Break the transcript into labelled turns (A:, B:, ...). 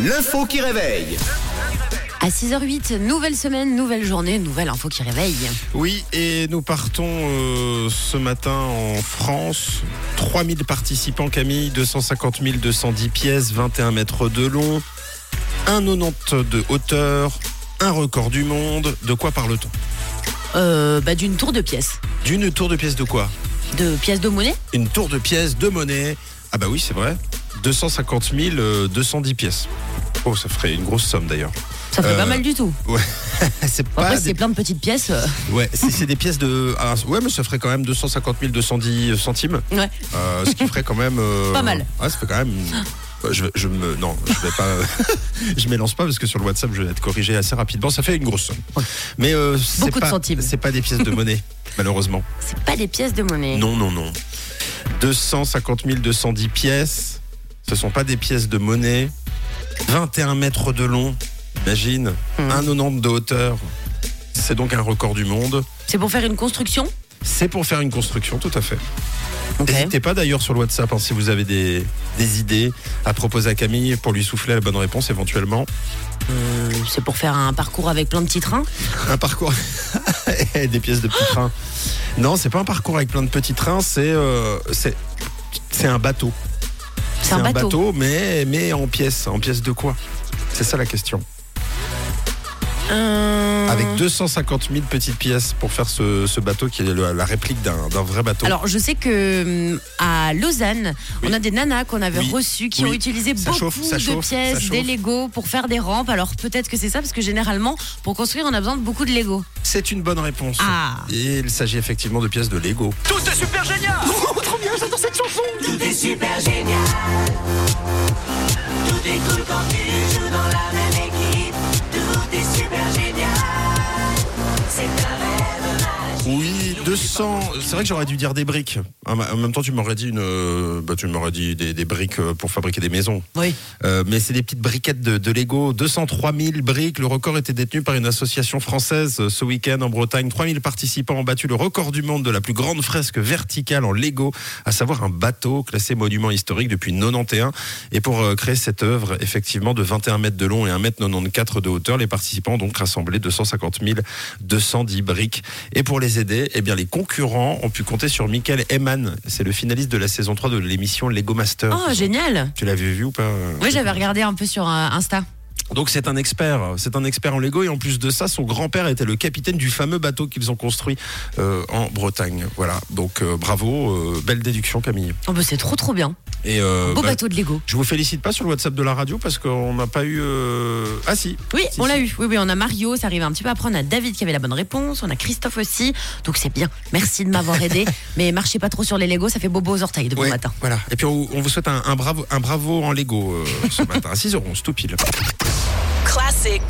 A: L'info qui réveille.
B: À 6h08, nouvelle semaine, nouvelle journée, nouvelle info qui réveille.
C: Oui, et nous partons euh, ce matin en France. 3000 participants, Camille, 250 210 pièces, 21 mètres de long, 1,90 de hauteur, un record du monde. De quoi parle-t-on
B: Euh, bah, d'une tour de pièces.
C: D'une tour de pièces de quoi
B: De pièces de monnaie
C: Une tour de pièces de monnaie. Ah bah oui, c'est vrai. 250 euh, 210 pièces. Oh, ça ferait une grosse somme d'ailleurs.
B: Ça fait
C: Euh,
B: pas mal du tout.
C: Ouais, c'est pas
B: Après,
C: des-
B: c'est plein de petites pièces. euh,
C: Ouais, si c'est des pièces de. ah, ouais, mais ça ferait quand même 250 210 centimes.
B: ouais.
C: Euh, ce qui ferait quand même. euh,
B: Pas mal.
C: Ouais, ça fait quand même. Euh, Je, vais- je me non, je vais pas, je m'élance pas parce que sur le WhatsApp je vais être corrigé assez rapidement. Ça fait une grosse somme, mais euh, c'est
B: Beaucoup de
C: pas-
B: centimes.
C: C'est pas des pièces de monnaie, malheureusement.
B: C'est pas des pièces de monnaie.
C: Non, non, non. 250 210 pièces. Ce sont pas des pièces de monnaie. 21 mètres de long. Imagine.
B: Hmm.
C: 1,90 de hauteur. C'est donc un record du monde.
B: C'est pour faire une construction
C: C'est pour faire une construction, tout à fait.
B: Ok.
C: N'hésitez pas d'ailleurs sur le WhatsApp hein, si vous avez des, des idées à proposer à Camille pour lui souffler la bonne réponse éventuellement.
B: Euh, C'est pour faire un parcours avec plein de petits trains
C: Un parcours des pièces de petits trains. Non, c'est pas un parcours avec plein de petits trains, c'est euh, c'est c'est un bateau.
B: C'est un bateau.
C: mais mais en pièces, en pièces de quoi C'est ça la question.
B: Euh,
C: Avec 250 000 petites pièces pour faire ce, ce bateau qui est le- la réplique d'un d'un vrai bateau.
B: Alors, je sais que hum, à Lausanne, on a des nanas qu'on avait
C: Oui.
B: reçues qui
C: Oui.
B: ont utilisé
C: Ça
B: beaucoup
C: chauffe, ça
B: de
C: chauffe, ça
B: pièces,
C: chauffe.
B: des Lego pour faire des rampes. Alors, peut-être que c'est ça, parce que généralement, pour construire, on a besoin de beaucoup de Lego.
C: C'est une bonne réponse.
B: Ah.
C: Et il s'agit effectivement de pièces de Lego.
A: Tout est super génial.
D: Tout est cool quand tu joues dans la même équipe. Tout est super génial. C'est un rêve magique.
C: Oui, 200. C'est vrai que j'aurais dû dire des briques. En en même temps, tu m'aurais dit une, euh, bah, tu m'aurais dit des, des briques euh, pour fabriquer des maisons.
B: Oui.
C: Euh, mais c'est des petites briquettes de, de Lego. 203 000 briques. Le record était détenu par une association française euh, ce week-end en Bretagne. 3000 participants ont battu le record du monde de la plus grande fresque verticale en Lego, à savoir un bateau classé monument historique depuis 91. Et pour euh, créer cette œuvre, effectivement, de 21 mètres de long et 1 mètre 94 de hauteur, les participants ont donc rassemblé 250 210 briques. Et pour les aider, eh bien, les concurrents ont pu compter sur Michael Eman. C'est le finaliste de la saison 3 de l'émission Lego Master.
B: Oh, génial
C: Tu l'avais vu ou pas euh,
B: Oui, j'avais regardé un peu sur euh, Insta.
C: donc c'est un expert, c'est un expert en Lego et en plus de ça, son grand-père était le capitaine du fameux bateau qu'ils ont construit euh, en Bretagne. Voilà, donc euh, bravo, euh, belle déduction Camille.
B: Oh, bah, c'est trop, trop bien.
C: Et euh,
B: Beau
C: bah,
B: bateau de Lego.
C: je vous félicite pas sur le WhatsApp de la radio parce qu'on n'a pas eu. euh, Ah si,
B: Oui,
C: Si,
B: on l'a
C: si.
B: eu. Oui, oui, on a Mario, ça arrive un petit peu après. On a David qui avait la bonne réponse. On a Christophe aussi. Donc c'est bien. Merci de m'avoir aidé. Mais marchez pas trop sur les Lego, ça fait bobo aux orteils de bon
C: Ouais,
B: matin.
C: Voilà. Et puis on, on vous souhaite un, un bravo, un bravo en Lego euh, ce matin à 6h11 tout pile.
D: Classic.